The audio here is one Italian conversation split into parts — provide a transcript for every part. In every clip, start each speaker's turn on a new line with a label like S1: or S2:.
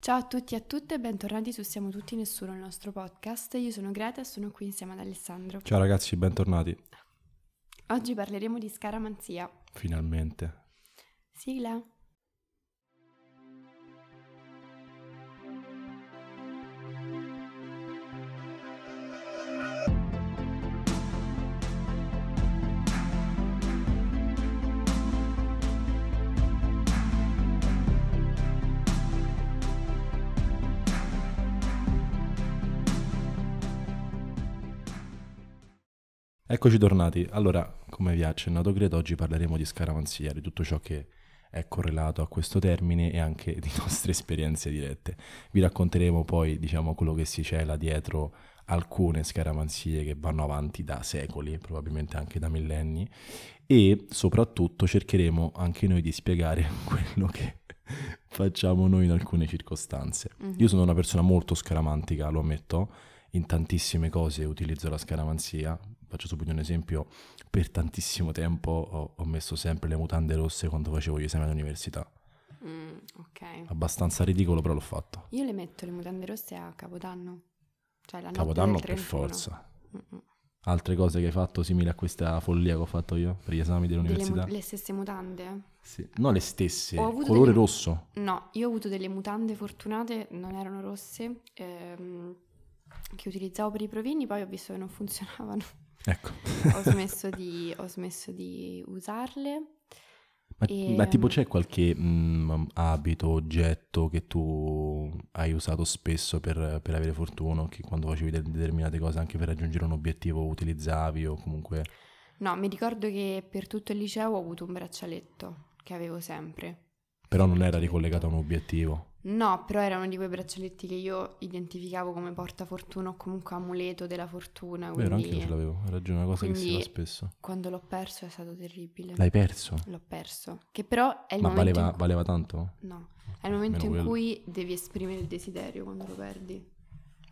S1: Ciao a tutti e a tutte e bentornati su Siamo Tutti Nessuno, il nostro podcast. Io sono Greta e sono qui insieme ad Alessandro.
S2: Ciao ragazzi, bentornati.
S1: Oggi parleremo di scaramanzia.
S2: Finalmente.
S1: Sigla.
S2: Eccoci tornati. Allora, come vi ha accennato Greta, oggi parleremo di scaramanzia, di tutto ciò che è correlato a questo termine e anche di nostre esperienze dirette. Vi racconteremo poi, diciamo, quello che si cela dietro alcune scaramanzie che vanno avanti da secoli, probabilmente anche da millenni, e soprattutto cercheremo anche noi di spiegare quello che facciamo noi in alcune circostanze.
S1: Mhm.
S2: Io sono una persona molto scaramantica, lo ammetto, in tantissime cose utilizzo la scaramanzia. Faccio subito un esempio, per tantissimo tempo ho, ho messo sempre le mutande rosse quando facevo gli esami all'università.
S1: Mm, ok.
S2: Abbastanza ridicolo, però l'ho fatto.
S1: Io le metto le mutande rosse a Capodanno. Cioè la notte
S2: Capodanno
S1: del Mm,
S2: per
S1: 31.
S2: forza.
S1: Mm-mm.
S2: Altre cose che hai fatto simili a questa follia che ho fatto io per gli esami
S1: Delle
S2: dell'università?
S1: mu- le stesse mutande?
S2: Sì. No, le stesse,
S1: Ho avuto
S2: colore
S1: delle-
S2: rosso.
S1: No, io ho avuto delle mutande fortunate, non erano rosse, ehm, che utilizzavo per i provini, poi ho visto che non funzionavano.
S2: Ecco.
S1: ho, smesso di, ho smesso di usarle.
S2: Ma,
S1: E,
S2: ma tipo
S1: um,
S2: c'è qualche mm, abito, oggetto che tu hai usato spesso per, per avere fortuna, o che quando facevi de- determinate cose anche per raggiungere un obiettivo utilizzavi o comunque...
S1: No, mi ricordo che per tutto il liceo ho avuto un braccialetto che avevo sempre.
S2: Però non era ricollegato a un obiettivo.
S1: No, però era uno di quei braccialetti che io identificavo come portafortuna o comunque amuleto della fortuna.
S2: Vero,
S1: Quindi
S2: anche io ce l'avevo, hai ragione, una cosa che si
S1: quindi-
S2: fa spesso.
S1: quando l'ho perso è stato terribile.
S2: L'hai perso?
S1: L'ho perso. Che però è il
S2: Ma
S1: momento.
S2: valeva,
S1: in cui-
S2: valeva tanto?
S1: No, è il momento
S2: Almeno
S1: in
S2: quello.
S1: cui devi esprimere il desiderio quando lo perdi.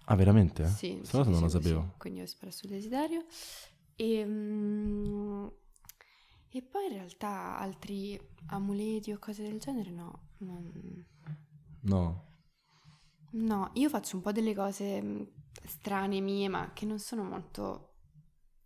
S2: Ah, veramente?
S1: Sì,
S2: Questa
S1: sì,
S2: cosa
S1: sì,
S2: non la
S1: sì,
S2: sapevo.
S1: sì. Quindi ho espresso il desiderio. E, mm, e poi in realtà altri amuleti o cose del genere no. non-
S2: No.
S1: No, io faccio un po' delle cose mm, strane mie, ma che non sono molto...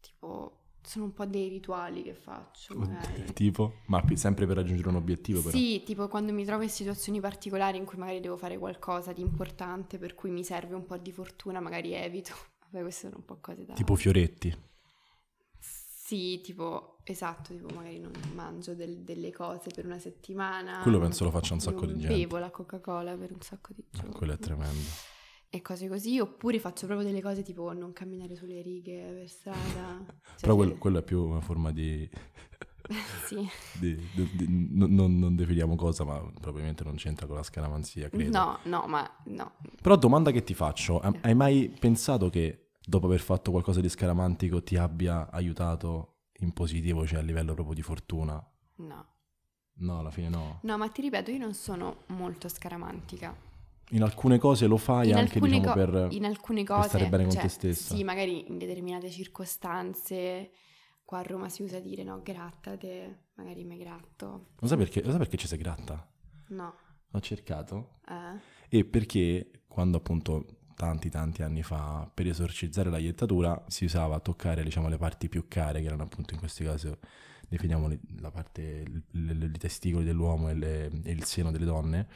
S1: Tipo, sono un po' dei rituali che faccio, magari.
S2: tipo? Ma pi- sempre per raggiungere un obiettivo però.
S1: Eh. Sì, tipo quando mi trovo in situazioni particolari in cui magari devo fare qualcosa di importante per cui mi serve un po' di fortuna, magari evito. Vabbè, queste sono un po' cose da...
S2: Tipo fioretti.
S1: Sì, tipo, esatto, tipo magari non mangio del- delle cose per una settimana.
S2: Quello penso lo faccia un sacco
S1: non
S2: di gente.
S1: Bevo la Coca-Cola per un sacco di
S2: Ah,
S1: giorni.
S2: Quello è tremendo.
S1: E cose così, oppure faccio proprio delle cose tipo non camminare sulle righe per strada. Cioè,
S2: Però quello, quello è più una forma di...
S1: Sì.
S2: di- di- di- non, non- non definiamo cosa, ma probabilmente non c'entra con la scaramanzia, credo.
S1: No, no, ma no.
S2: Però domanda che ti faccio, ha- hai mai pensato che dopo aver fatto qualcosa di scaramantico ti abbia aiutato in positivo, cioè a livello proprio di fortuna?
S1: No.
S2: No, alla fine no.
S1: No, ma ti ripeto, io non sono molto scaramantica.
S2: In alcune cose lo fai
S1: in,
S2: anche
S1: alcune
S2: diciamo
S1: co-
S2: per...
S1: in alcune cose
S2: stare bene con
S1: cioè,
S2: te stessa.
S1: Sì, magari in determinate circostanze. Qua a Roma si usa dire no, grattate, magari mi gratto.
S2: Lo sai perché, lo sai perché ci sei gratta?
S1: No,
S2: Ho cercato
S1: eh?
S2: E perché quando appunto tanti tanti anni fa per esorcizzare la iettatura si usava toccare diciamo le parti più care che erano appunto in questi casi definiamoli la parte l- l- i testicoli dell'uomo e, le- e il seno delle donne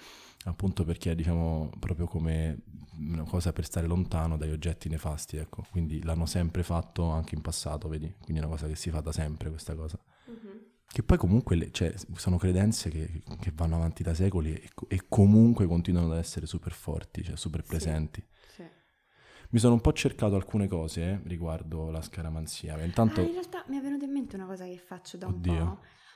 S2: appunto perché è diciamo proprio come una cosa per stare lontano dagli oggetti nefasti ecco quindi l'hanno sempre fatto anche in passato vedi quindi è una cosa che si fa da sempre questa cosa che poi comunque le- cioè, sono credenze che, che vanno avanti da secoli e, co- e comunque continuano ad essere super forti, cioè super
S1: Sì.
S2: presenti.
S1: Sì.
S2: Mi sono un po' cercato alcune cose eh, riguardo la scaramanzia, ma intanto...
S1: Ah, in realtà mi è venuta in mente una cosa che faccio da un
S2: Oddio.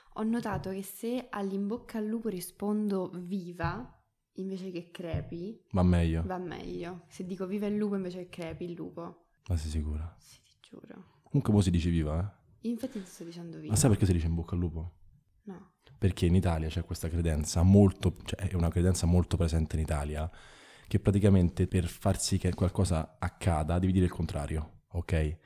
S1: po'. Ho notato che se all'imbocca al lupo rispondo viva invece che crepi,
S2: Va meglio,
S1: va meglio. Se dico viva il lupo invece che crepi il lupo.
S2: ma sei sicura?
S1: Sì, ti giuro.
S2: Comunque mo si dice viva, eh?
S1: Infatti ti sto dicendo viva.
S2: Ma sai perché si dice in bocca al lupo?
S1: No.
S2: Perché in Italia c'è questa credenza molto, cioè è una credenza molto presente in Italia, che praticamente per far sì che qualcosa accada devi dire il contrario, ok?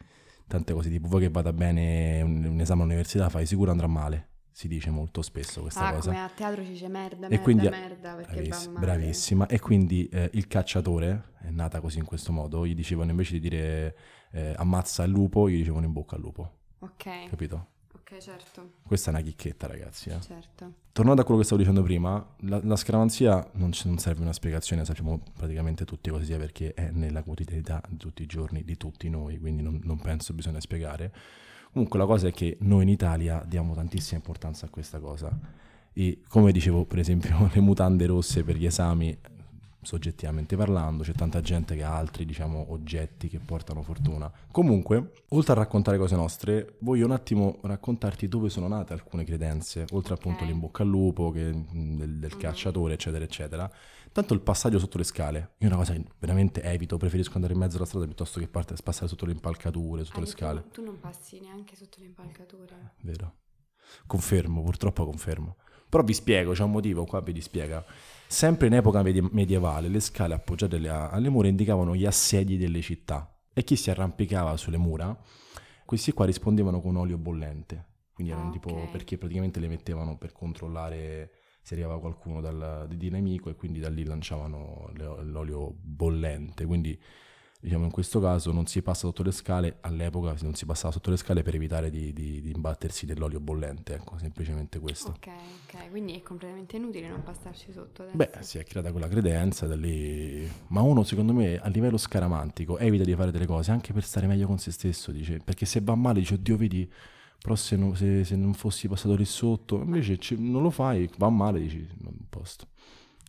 S2: Tante cose tipo vuoi che vada bene un, un esame all'università, fai sicuro andrà male. si dice molto spesso questa
S1: ah,
S2: cosa.
S1: come a teatro ci dice merda,
S2: E
S1: merda,
S2: quindi-
S1: merda, perché
S2: Braviss-
S1: va male.
S2: bravissima. E quindi eh, il cacciatore è nata così in questo modo. Gli dicevano invece di dire eh, ammazza il lupo, gli dicevano in bocca al lupo.
S1: Ok,
S2: Capito?
S1: ok, certo,
S2: Questa è una chicchetta, ragazzi. eh.
S1: certo.
S2: Tornando a quello che stavo dicendo prima, la, la scaramanzia non, ci- non serve una spiegazione, sappiamo praticamente tutti cosa sia perché è nella quotidianità di tutti i giorni di tutti noi, quindi non, non penso bisogna spiegare. Comunque la cosa è che noi in Italia diamo tantissima importanza a questa cosa e come dicevo per esempio le mutande rosse per gli esami, soggettivamente parlando, c'è tanta gente che ha altri diciamo oggetti che portano fortuna. Comunque, oltre a raccontare cose nostre, voglio un attimo raccontarti dove sono nate alcune credenze, oltre appunto
S1: Ok.
S2: l'in bocca al lupo, che- mm, del, del
S1: Mhm.
S2: cacciatore, eccetera, eccetera. Tanto il passaggio sotto le scale, io è una cosa che veramente evito, preferisco andare in mezzo alla strada piuttosto che parte- passare sotto le impalcature, sotto
S1: Ah,
S2: le
S1: tu-
S2: scale.
S1: Tu, non passi neanche sotto le impalcature.
S2: Vero. Confermo, purtroppo confermo. Però vi spiego, c'è un motivo, qua vi spiega. Sempre in epoca medi- medievale le scale appoggiate alle- alle mura indicavano gli assedi delle città e chi si arrampicava sulle mura, questi qua rispondevano con olio bollente. Quindi erano
S1: Ah,
S2: tipo
S1: ok.
S2: perché praticamente le mettevano per controllare se arrivava qualcuno dal, di, di nemico e quindi da lì lanciavano le- l'olio bollente. Quindi diciamo in questo caso non si passa sotto le scale, all'epoca non si passava sotto le scale per evitare di, di- di imbattersi dell'olio bollente, ecco, semplicemente questo.
S1: Ok, ok, quindi è completamente inutile non passarci sotto adesso.
S2: Beh, si è creata quella credenza da lì, ma uno secondo me a livello scaramantico evita di fare delle cose anche per stare meglio con se stesso, dice, perché se va male dice, oddio vedi, però se non, se- se non fossi passato lì sotto, invece ci- non lo fai, va male, dici, non posto,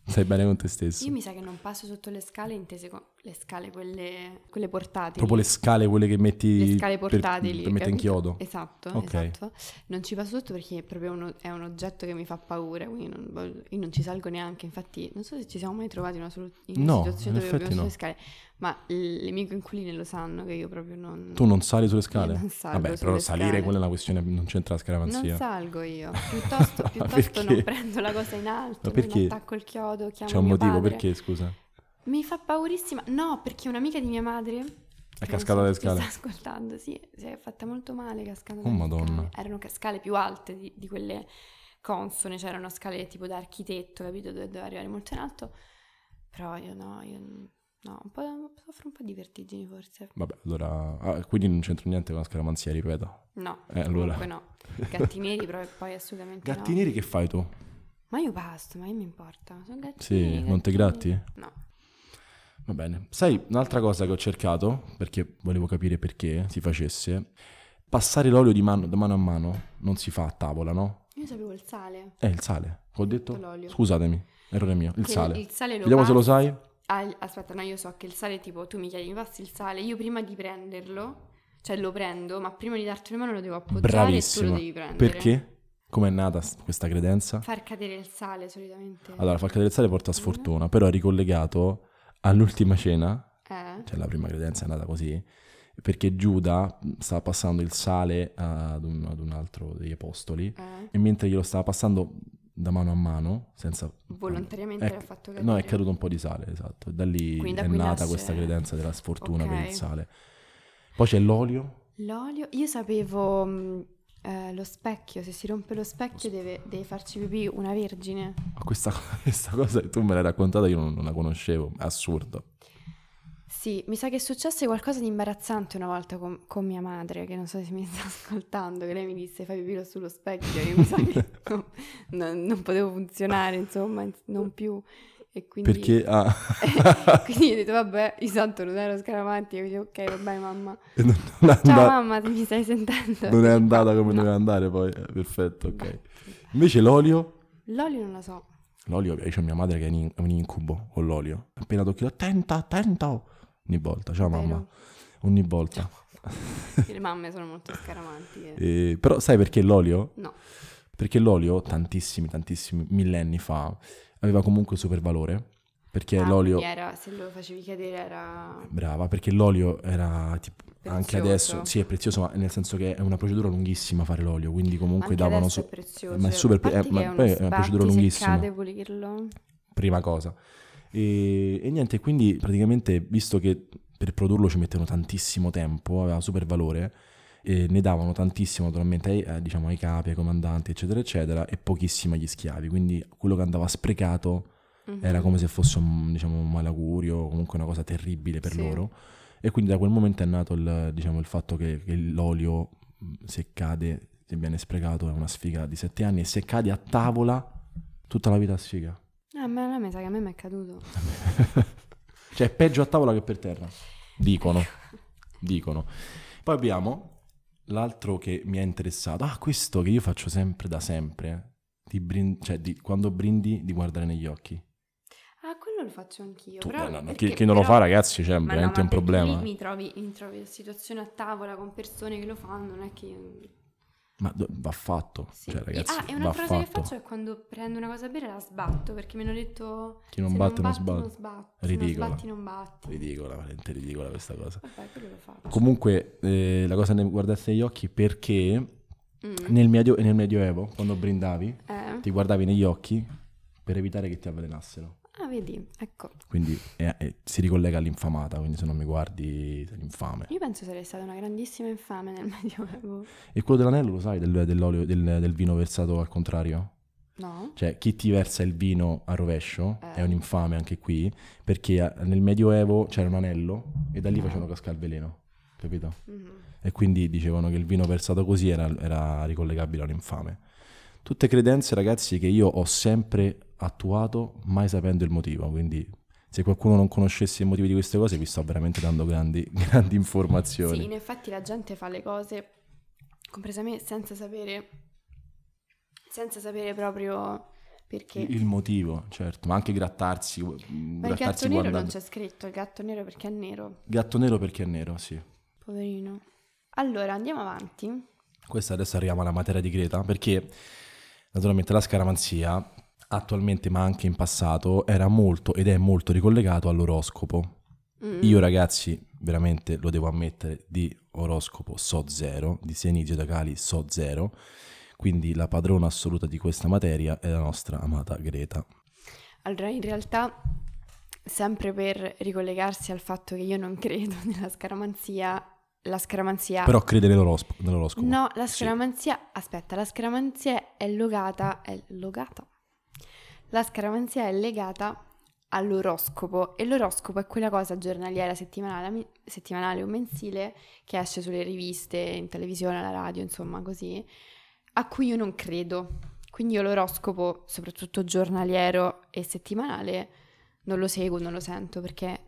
S2: stai bene con te stesso.
S1: Io mi sa che non passo sotto le scale intese con le scale, quelle, quelle portatili.
S2: Proprio le scale, quelle che metti
S1: Le scale
S2: per-
S1: portatili.
S2: per, mettere in
S1: capito?
S2: chiodo.
S1: Esatto,
S2: Ok.
S1: esatto. Non ci passo sotto perché è proprio uno- è un oggetto che mi fa paura, quindi non, voglio- io non ci salgo neanche. Infatti, non so se ci siamo mai trovati in una, solu- in una
S2: No,
S1: situazione
S2: in
S1: dove abbiamo
S2: effetti
S1: sulle scale, ma l- le mie coinquiline lo sanno che io proprio non...
S2: Tu non sali sulle
S1: Io
S2: scale?
S1: non salgo
S2: Vabbè,
S1: sulle
S2: però salire
S1: scale.
S2: quella è una questione, non c'entra la
S1: non
S2: scaramanzia.
S1: salgo io, piuttosto,
S2: Ma
S1: piuttosto non
S2: eh. perché?
S1: prendo la cosa in alto,
S2: Ma
S1: non
S2: perché?
S1: attacco il chiodo, chiamo
S2: C'è un
S1: mio
S2: motivo,
S1: padre.
S2: perché scusa?
S1: Mi fa paurissima. No, perché un'amica di mia madre. che non
S2: cascata
S1: so
S2: dalle
S1: se ci
S2: scale.
S1: Sta ascoltando, sì, si è fatta molto male cascando.
S2: Oh,
S1: dalle
S2: Madonna.
S1: scale. Erano ca- scale più alte di, di quelle consone, cioè erano scale tipo da architetto, capito? Dove doveva arrivare molto in alto. Però io no, io no, un po', soffro un po' di vertigini forse.
S2: Vabbè, allora... ah, quindi non c'entra niente con la scaramanzia, ripeto.
S1: No,
S2: Eh, allora.
S1: comunque no. Gatti neri, però poi assolutamente
S2: Gatti
S1: no.
S2: neri che fai tu?
S1: Ma io pasto, ma che mi importa? Sono gatti
S2: Sì,
S1: neri,
S2: non
S1: gatti
S2: ti gratti?
S1: neri. No.
S2: Va bene. Sai, un'altra cosa che ho cercato, perché volevo capire perché si facesse, passare l'olio di mano, da mano a mano non si fa a tavola, no?
S1: Io sapevo il sale.
S2: È il sale. Ho detto?
S1: l'olio.
S2: Scusatemi, errore mio. Il
S1: Che
S2: sale.
S1: Il sale lo
S2: Vediamo se lo
S1: passi-
S2: sai.
S1: Ah, il- aspetta, no, io so che il sale, tipo, tu mi chiedi, mi passi il sale, io prima di prenderlo, cioè lo prendo, ma prima di dartelo in mano lo devo appoggiare e tu
S2: Bravissima.
S1: lo devi prendere.
S2: Perché? Com'è nata s- questa credenza?
S1: Far cadere il sale solitamente.
S2: Allora, far cadere il sale porta sfortuna, però è ricollegato all'ultima cena,
S1: Eh?
S2: cioè la prima credenza è nata così, perché Giuda stava passando il sale ad un, ad un altro degli apostoli
S1: Eh?
S2: e mentre glielo stava passando da mano a mano, senza...
S1: Volontariamente
S2: Ecco,
S1: l'ha fatto cadere.
S2: No, è caduto un po' di sale, esatto. e Da lì
S1: Quindi da
S2: è
S1: qui
S2: nata
S1: nasce-
S2: questa credenza della sfortuna per
S1: Ok.
S2: il sale. Poi c'è l'olio.
S1: L'olio, io sapevo mh, eh, lo specchio, se si rompe lo specchio deve, deve farci pipì una vergine.
S2: Ma Questa, questa cosa che tu me l'hai raccontata io non, non la conoscevo, è assurdo.
S1: Sì, mi sa che è successo qualcosa di imbarazzante una volta con, con mia madre, che non so se mi sta ascoltando, che lei mi disse fai pipì sullo specchio, io mi sa che no, non, non potevo funzionare, insomma, ins- non più. E quindi,
S2: Perché... ah,
S1: quindi ho detto vabbè, io santo non ero scaramantica, quindi ok, vabbè mamma.
S2: non, non è
S1: Ciao
S2: andata-
S1: mamma, mi stai sentendo?
S2: non è andata come
S1: No.
S2: doveva andare poi. eh, Perfetto, ok. Invece l'olio...
S1: L'olio non lo so.
S2: L'olio, c'è mia madre che è un in- un incubo con l'olio. Appena tocchi, attenta, attenta. Ogni volta, ciao mamma.
S1: vero?
S2: Ogni volta.
S1: Le mamme sono molto scaramantiche.
S2: Eh, però sai perché l'olio?
S1: No.
S2: Perché l'olio, tantissimi, tantissimi millenni fa, aveva comunque supervalore. Perché
S1: Ah,
S2: l'olio...
S1: quindi era- se lo facevi cadere era...
S2: Brava, perché l'olio era tipo, anche
S1: Prezioso.
S2: adesso, sì, è prezioso, ma nel senso che è una procedura lunghissima fare l'olio, quindi comunque
S1: Anche
S2: davano
S1: adesso
S2: su
S1: è prezioso.
S2: ma è super-
S1: A parte
S2: eh,
S1: che
S2: ma
S1: uno
S2: poi è una procedura
S1: sbatti, se
S2: lunghissima.
S1: cade pulirlo.
S2: prima cosa. E, e niente, quindi praticamente visto che per produrlo ci mettevano tantissimo tempo, aveva super valore, e ne davano tantissimo naturalmente ai, eh, diciamo, ai capi, ai comandanti, eccetera, eccetera, e pochissimo agli schiavi. Quindi quello che andava sprecato
S1: Mhm.
S2: era come se fosse un, diciamo, un malagurio o comunque una cosa terribile per
S1: Sì.
S2: loro. E quindi da quel momento è nato il, diciamo, il fatto che, che l'olio, mh, se cade, se viene sprecato, è una sfiga di sette anni, e se cade a tavola, tutta la vita è sfiga.
S1: Ah, ma a me sa che a me mi è caduto.
S2: Cioè è peggio a tavola che per terra, dicono. dicono. Poi abbiamo l'altro che mi ha interessato. Ah, questo che io faccio sempre da sempre. eh. Di brin- cioè, di- quando brindi, di guardare negli occhi.
S1: Ah, quello lo faccio anch'io.
S2: Tu- eh,
S1: però,
S2: no, no, chi,
S1: perché
S2: chi non lo
S1: però-
S2: fa, ragazzi, c'è
S1: Ma no,
S2: veramente
S1: ma
S2: un
S1: perché
S2: problema.
S1: lì Mi trovi, mi trovi in situazioni a tavola con persone che lo fanno, non è che...
S2: Ma do- va fatto.
S1: sì.
S2: Cioè, ragazzi,
S1: ah, e
S2: va
S1: una frase che
S2: fatto.
S1: faccio è quando prendo una cosa a bere la sbatto, perché mi hanno detto...
S2: Chi non
S1: se
S2: batte
S1: non
S2: non
S1: batti,
S2: sbatte.
S1: non sbatti. Se
S2: Ridicola.
S1: non sbatti, non batti.
S2: Ridicola, veramente ridicola questa cosa.
S1: Vabbè, quello lo faccio.
S2: Comunque, eh, la cosa ne guardarsi negli occhi perché
S1: Mm.
S2: nel, medio- nel Medioevo, quando brindavi,
S1: Eh.
S2: ti guardavi negli occhi per evitare che ti avvelenassero.
S1: Ah, vedi, ecco.
S2: Quindi è- è- si ricollega all'infamata, quindi se non mi guardi sei l'infame.
S1: Io penso sarei stata una grandissima infame nel Medioevo.
S2: E quello dell'anello lo sai, del- dell'olio, del, del vino versato al contrario?
S1: No?
S2: Cioè chi ti versa il vino a rovescio
S1: Eh.
S2: è un infame anche qui, perché a- nel Medioevo c'era un anello e da lì facevano cascare il veleno, capito?
S1: Mhm.
S2: E quindi dicevano che il vino versato così era, era ricollegabile a un infame. Tutte credenze, ragazzi, che io ho sempre attuato, mai sapendo il motivo. Quindi, se qualcuno non conoscesse i motivi di queste cose, vi sto veramente dando grandi, grandi informazioni.
S1: Sì, in effetti la gente fa le cose, compresa me, senza sapere, senza sapere proprio perché.
S2: Il- Il motivo, certo, ma anche grattarsi.
S1: Ma il gatto
S2: grattarsi
S1: nero non
S2: guardando.
S1: c'è scritto, il gatto nero perché è nero,
S2: Gatto nero perché è nero, sì.
S1: poverino. Allora, andiamo avanti.
S2: Questa adesso arriviamo alla materia di Creta, perché naturalmente la scaramanzia attualmente, ma anche in passato, era molto ed è molto ricollegato all'oroscopo.
S1: Mm.
S2: Io ragazzi, veramente lo devo ammettere, di oroscopo so zero, di segni zodiacali so zero, quindi la padrona assoluta di questa materia è la nostra amata Greta.
S1: Allora, in realtà, sempre per ricollegarsi al fatto che io non credo nella scaramanzia, la scaramanzia...
S2: Però crede nell'orospo- nell'oroscopo.
S1: Ah. No, la
S2: Sì.
S1: scaramanzia, aspetta, la scaramanzia è logata, è logata. La scaramanzia è legata all'oroscopo e l'oroscopo è quella cosa giornaliera, settimanale, mi- settimanale o mensile che esce sulle riviste, in televisione, alla radio, insomma così, a cui io non credo. Quindi io l'oroscopo, soprattutto giornaliero e settimanale, non lo seguo, non lo sento perché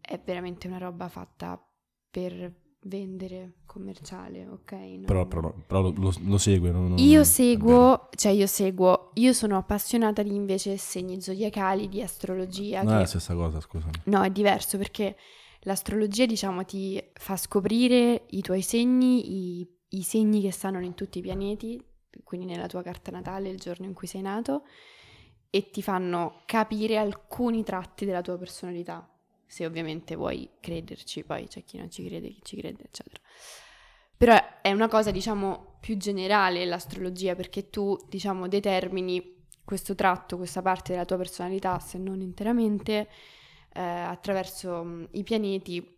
S1: è veramente una roba fatta per vendere commerciale, ok? No.
S2: Però, però no, però lo, lo- lo segue. non- non-
S1: Io
S2: è vero.
S1: seguo, cioè io seguo, io sono appassionata di invece segni zodiacali, di astrologia.
S2: Non è
S1: che-
S2: la stessa cosa, scusami.
S1: No, è diverso perché l'astrologia, diciamo, ti fa scoprire i tuoi segni, i, i segni che stanno in tutti i pianeti, quindi nella tua carta natale, il giorno in cui sei nato, e ti fanno capire alcuni tratti della tua personalità, se ovviamente vuoi crederci, poi c'è chi non ci crede, chi ci crede, eccetera. Però è una cosa, diciamo, più generale l'astrologia, perché tu, diciamo, determini questo tratto, questa parte della tua personalità, se non interamente, eh, attraverso mm, i pianeti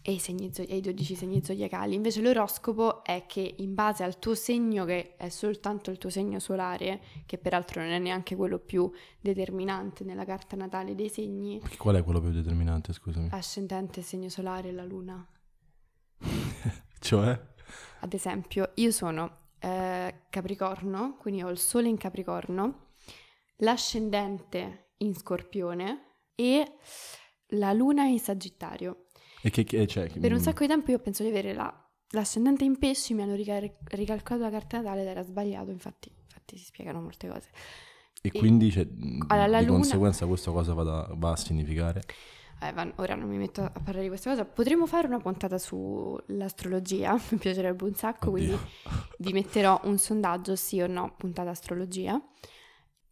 S1: e i, segni zo- e i 12 segni zodiacali. Invece l'oroscopo è che in base al tuo segno, che è soltanto il tuo segno solare, che peraltro non è neanche quello più determinante nella carta natale dei segni,
S2: Perché qual è quello più determinante, scusami?
S1: Ah. ascendente, segno solare, la luna.
S2: Cioè?
S1: Ad esempio, io sono eh, Capricorno, quindi ho il Sole in Capricorno, l'ascendente in Scorpione e la Luna in Sagittario.
S2: E che, che cioè,
S1: Per un
S2: mm,
S1: sacco di tempo io penso di avere la- l'ascendente in pesci, mi hanno rical- ricalcato la carta natale ed era sbagliato, infatti, infatti si spiegano molte cose.
S2: E quindi cioè, mm,
S1: Allora, la
S2: di
S1: luna-
S2: conseguenza questa cosa vada- va a significare?
S1: Eh, Van, ora non mi metto a parlare di questa cosa. Potremmo fare una puntata sull'astrologia, mi piacerebbe un sacco,
S2: Oddio.
S1: quindi vi metterò un sondaggio, sì o no, puntata astrologia.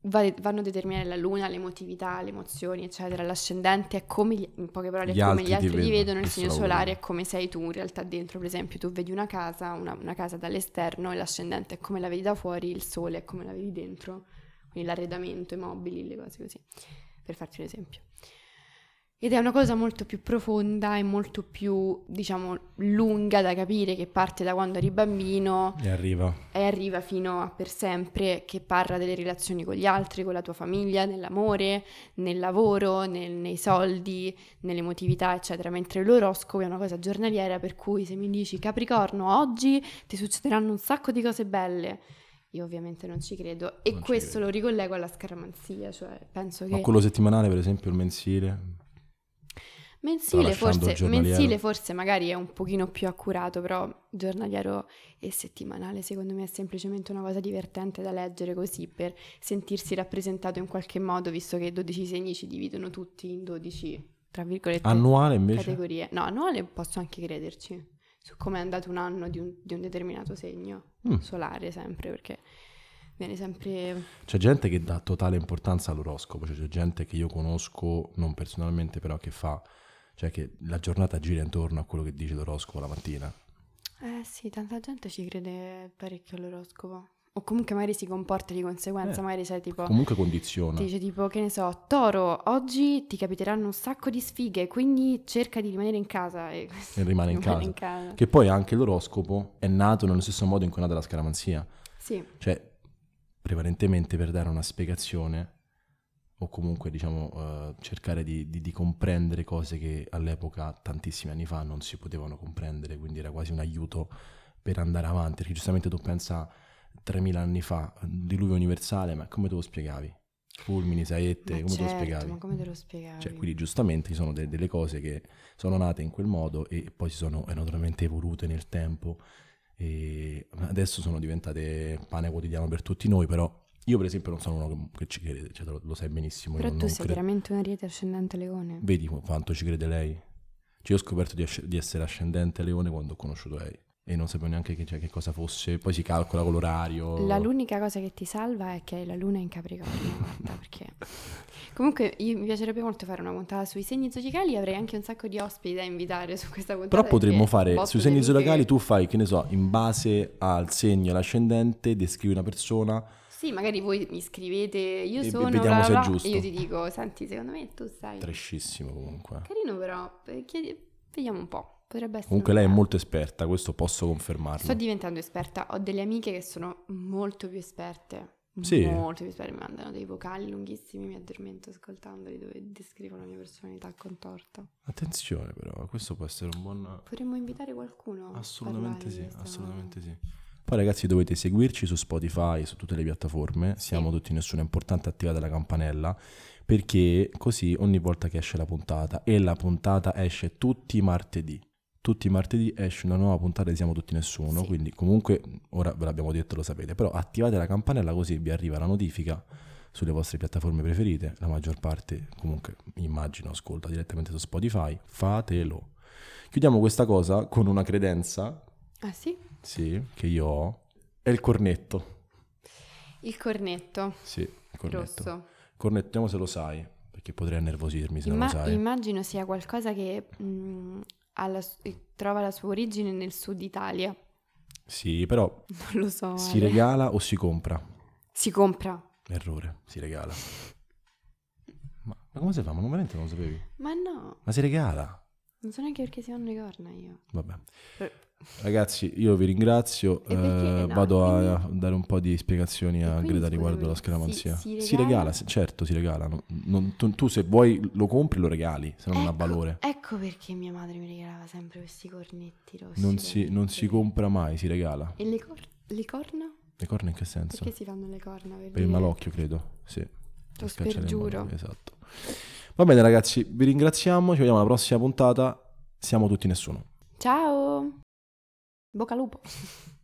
S1: Va- vanno a determinare la luna, l'emotività, le emozioni, eccetera. L'ascendente è come, gli- in poche parole, è
S2: Gli
S1: come
S2: altri
S1: gli
S2: ti
S1: altri ti
S2: vedono,
S1: vedono, il
S2: questo
S1: segno
S2: l'avevo
S1: solare è
S2: capito.
S1: come sei tu in realtà dentro. Per esempio, tu vedi una casa, una, una casa dall'esterno e l'ascendente è come la vedi da fuori, il sole è come la vedi dentro. Quindi l'arredamento, i mobili, le cose così, per farti un esempio. Ed è una cosa molto più profonda e molto più, diciamo, lunga da capire che parte da quando eri bambino
S2: E arriva.
S1: e arriva fino a per sempre, che parla delle relazioni con gli altri, con la tua famiglia, nell'amore, nel lavoro, nel- nei soldi, nell'emotività, eccetera. Mentre l'oroscopo è una cosa giornaliera per cui se mi dici Capricorno, oggi ti succederanno un sacco di cose belle. Io ovviamente non ci credo e
S2: Non ci
S1: questo
S2: credo.
S1: lo ricollego alla scaramanzia, cioè penso
S2: Ma
S1: che
S2: quello settimanale, per esempio, il mensile,
S1: Mensile
S2: Tralasciando
S1: forse,
S2: il giornaliero.
S1: mensile forse magari è un pochino più accurato, però giornaliero e settimanale secondo me è semplicemente una cosa divertente da leggere così per sentirsi rappresentato in qualche modo, visto che i 12 segni ci dividono tutti in 12, tra virgolette,
S2: annuale invece,
S1: categorie. No, annuale posso anche crederci, su come è andato un anno di un, di un determinato segno,
S2: Mm.
S1: solare sempre, perché viene sempre...
S2: c'è gente che dà totale importanza all'oroscopo, cioè c'è gente che io conosco, non personalmente, però che fa, cioè che la giornata gira intorno a quello che dice l'oroscopo la mattina.
S1: Eh sì, tanta gente ci crede parecchio all'oroscopo. O comunque magari si comporta di conseguenza,
S2: Eh.
S1: magari sai tipo...
S2: Comunque condiziona.
S1: Ti dice tipo, che ne so, Toro, oggi ti capiteranno un sacco di sfighe, quindi cerca di rimanere in casa. E,
S2: E rimane in
S1: rimane
S2: casa.
S1: in casa.
S2: Che poi anche l'oroscopo è nato nello stesso modo in cui è nata la scaramanzia,
S1: Sì,
S2: cioè prevalentemente per dare una spiegazione o comunque diciamo eh, cercare di, di- di comprendere cose che all'epoca, tantissimi anni fa, non si potevano comprendere, quindi era quasi un aiuto per andare avanti, perché giustamente tu pensa 3000 anni fa, diluvio universale, ma come te lo spiegavi? Fulmini,
S1: ma
S2: saette, come te lo
S1: certo,
S2: spiegavi?
S1: ma come te lo spiegavi?
S2: Cioè, quindi giustamente ci sono de- delle cose che sono nate in quel modo e poi si sono eh, naturalmente evolute nel tempo e adesso sono diventate pane quotidiano per tutti noi, però io per esempio non sono uno che ci crede, cioè, te lo, lo sai benissimo. io
S1: Però
S2: non,
S1: tu
S2: non
S1: sei
S2: credo.
S1: veramente un ariete ascendente leone.
S2: Vedi qu- quanto ci crede lei? Cioè, io ho scoperto di, asc- di essere ascendente leone quando ho conosciuto lei e non sapevo neanche che, cioè, che cosa fosse, poi si calcola con l'orario.
S1: La l'unica cosa che ti salva è che hai la luna in Capricorno, guarda, perché... Comunque io- mi piacerebbe molto fare una puntata sui segni zodiacali, avrei anche un sacco di ospiti da invitare su questa puntata.
S2: Però potremmo
S1: perché
S2: fare
S1: botto
S2: sui segni
S1: di amiche-
S2: zodiacali tu fai, che ne so, in base al segno, all'ascendente, descrivi una persona,
S1: Sì, magari voi mi scrivete, io
S2: E- e
S1: sono...
S2: vediamo
S1: bla
S2: se è
S1: bla,
S2: giusto.
S1: E io ti dico, senti, secondo me tu sai...
S2: Trescissimo comunque.
S1: Carino però, eh, chiedi- vediamo un po', potrebbe essere...
S2: Comunque
S1: una
S2: lei è
S1: bella-
S2: molto esperta, questo posso confermarlo.
S1: Sto diventando esperta, ho delle amiche che sono molto più esperte.
S2: Sì?
S1: Molto più esperte, mi mandano dei vocali lunghissimi, mi addormento ascoltandoli dove descrivono la mia personalità contorta.
S2: Attenzione però, questo può essere un buon...
S1: Potremmo invitare qualcuno? a parlare
S2: Assolutamente
S1: di
S2: sì,
S1: questa-
S2: assolutamente sì. Poi ragazzi dovete seguirci su Spotify, su tutte le piattaforme, siamo tutti nessuno è importante, attivate la campanella, perché così ogni volta che esce la puntata, e la puntata esce tutti i martedì, tutti i martedì esce una nuova puntata di Siamo tutti nessuno,
S1: Sì.
S2: quindi comunque ora ve l'abbiamo detto, lo sapete, però attivate la campanella così vi arriva la notifica sulle vostre piattaforme preferite, la maggior parte comunque immagino ascolta direttamente su Spotify, fatelo. Chiudiamo questa cosa con una credenza,
S1: Ah sì?
S2: sì, che io ho, è il cornetto.
S1: Il cornetto,
S2: Sì, il cornetto.
S1: rosso.
S2: Cornetto, vediamo se lo sai, perché potrei nervosirmi se
S1: Imma-
S2: non lo sai.
S1: Immagino sia qualcosa che mh, ha la s- trova la sua origine nel sud Italia.
S2: Sì, però
S1: Non lo so.
S2: si
S1: Ale.
S2: regala o si compra?
S1: si compra.
S2: Errore, si regala. Ma, ma come si fa? Ma non veramente non lo sapevi?
S1: Ma no,
S2: Ma si regala?
S1: non so neanche perché si fanno le corna io.
S2: Vabbè.
S1: Per-
S2: Ragazzi, io vi ringrazio.
S1: E perché?
S2: eh,
S1: No,
S2: vado a dare un po' di spiegazioni
S1: E
S2: a
S1: quindi,
S2: Greta riguardo
S1: scusami,
S2: la scaramanzia.
S1: si- si
S2: regala,
S1: regala?
S2: se- certo, si regala. Non- non- tu, tu se vuoi lo compri lo regali, se no non ha valore.
S1: Ecco perché mia madre mi regalava sempre questi cornetti rossi.
S2: Non si, non
S1: veramente.
S2: si compra mai, si regala.
S1: E le, cor- le corna?
S2: Le corna in che senso?
S1: Perché si fanno le corna? Per,
S2: per
S1: dire-
S2: il malocchio, credo. Sì. Per
S1: spergiuro.
S2: scacciare il malocchio, Esatto. Va bene, ragazzi, vi ringraziamo. Ci vediamo alla prossima puntata. Siamo tutti nessuno.
S1: Ciao! Bocca al lupo!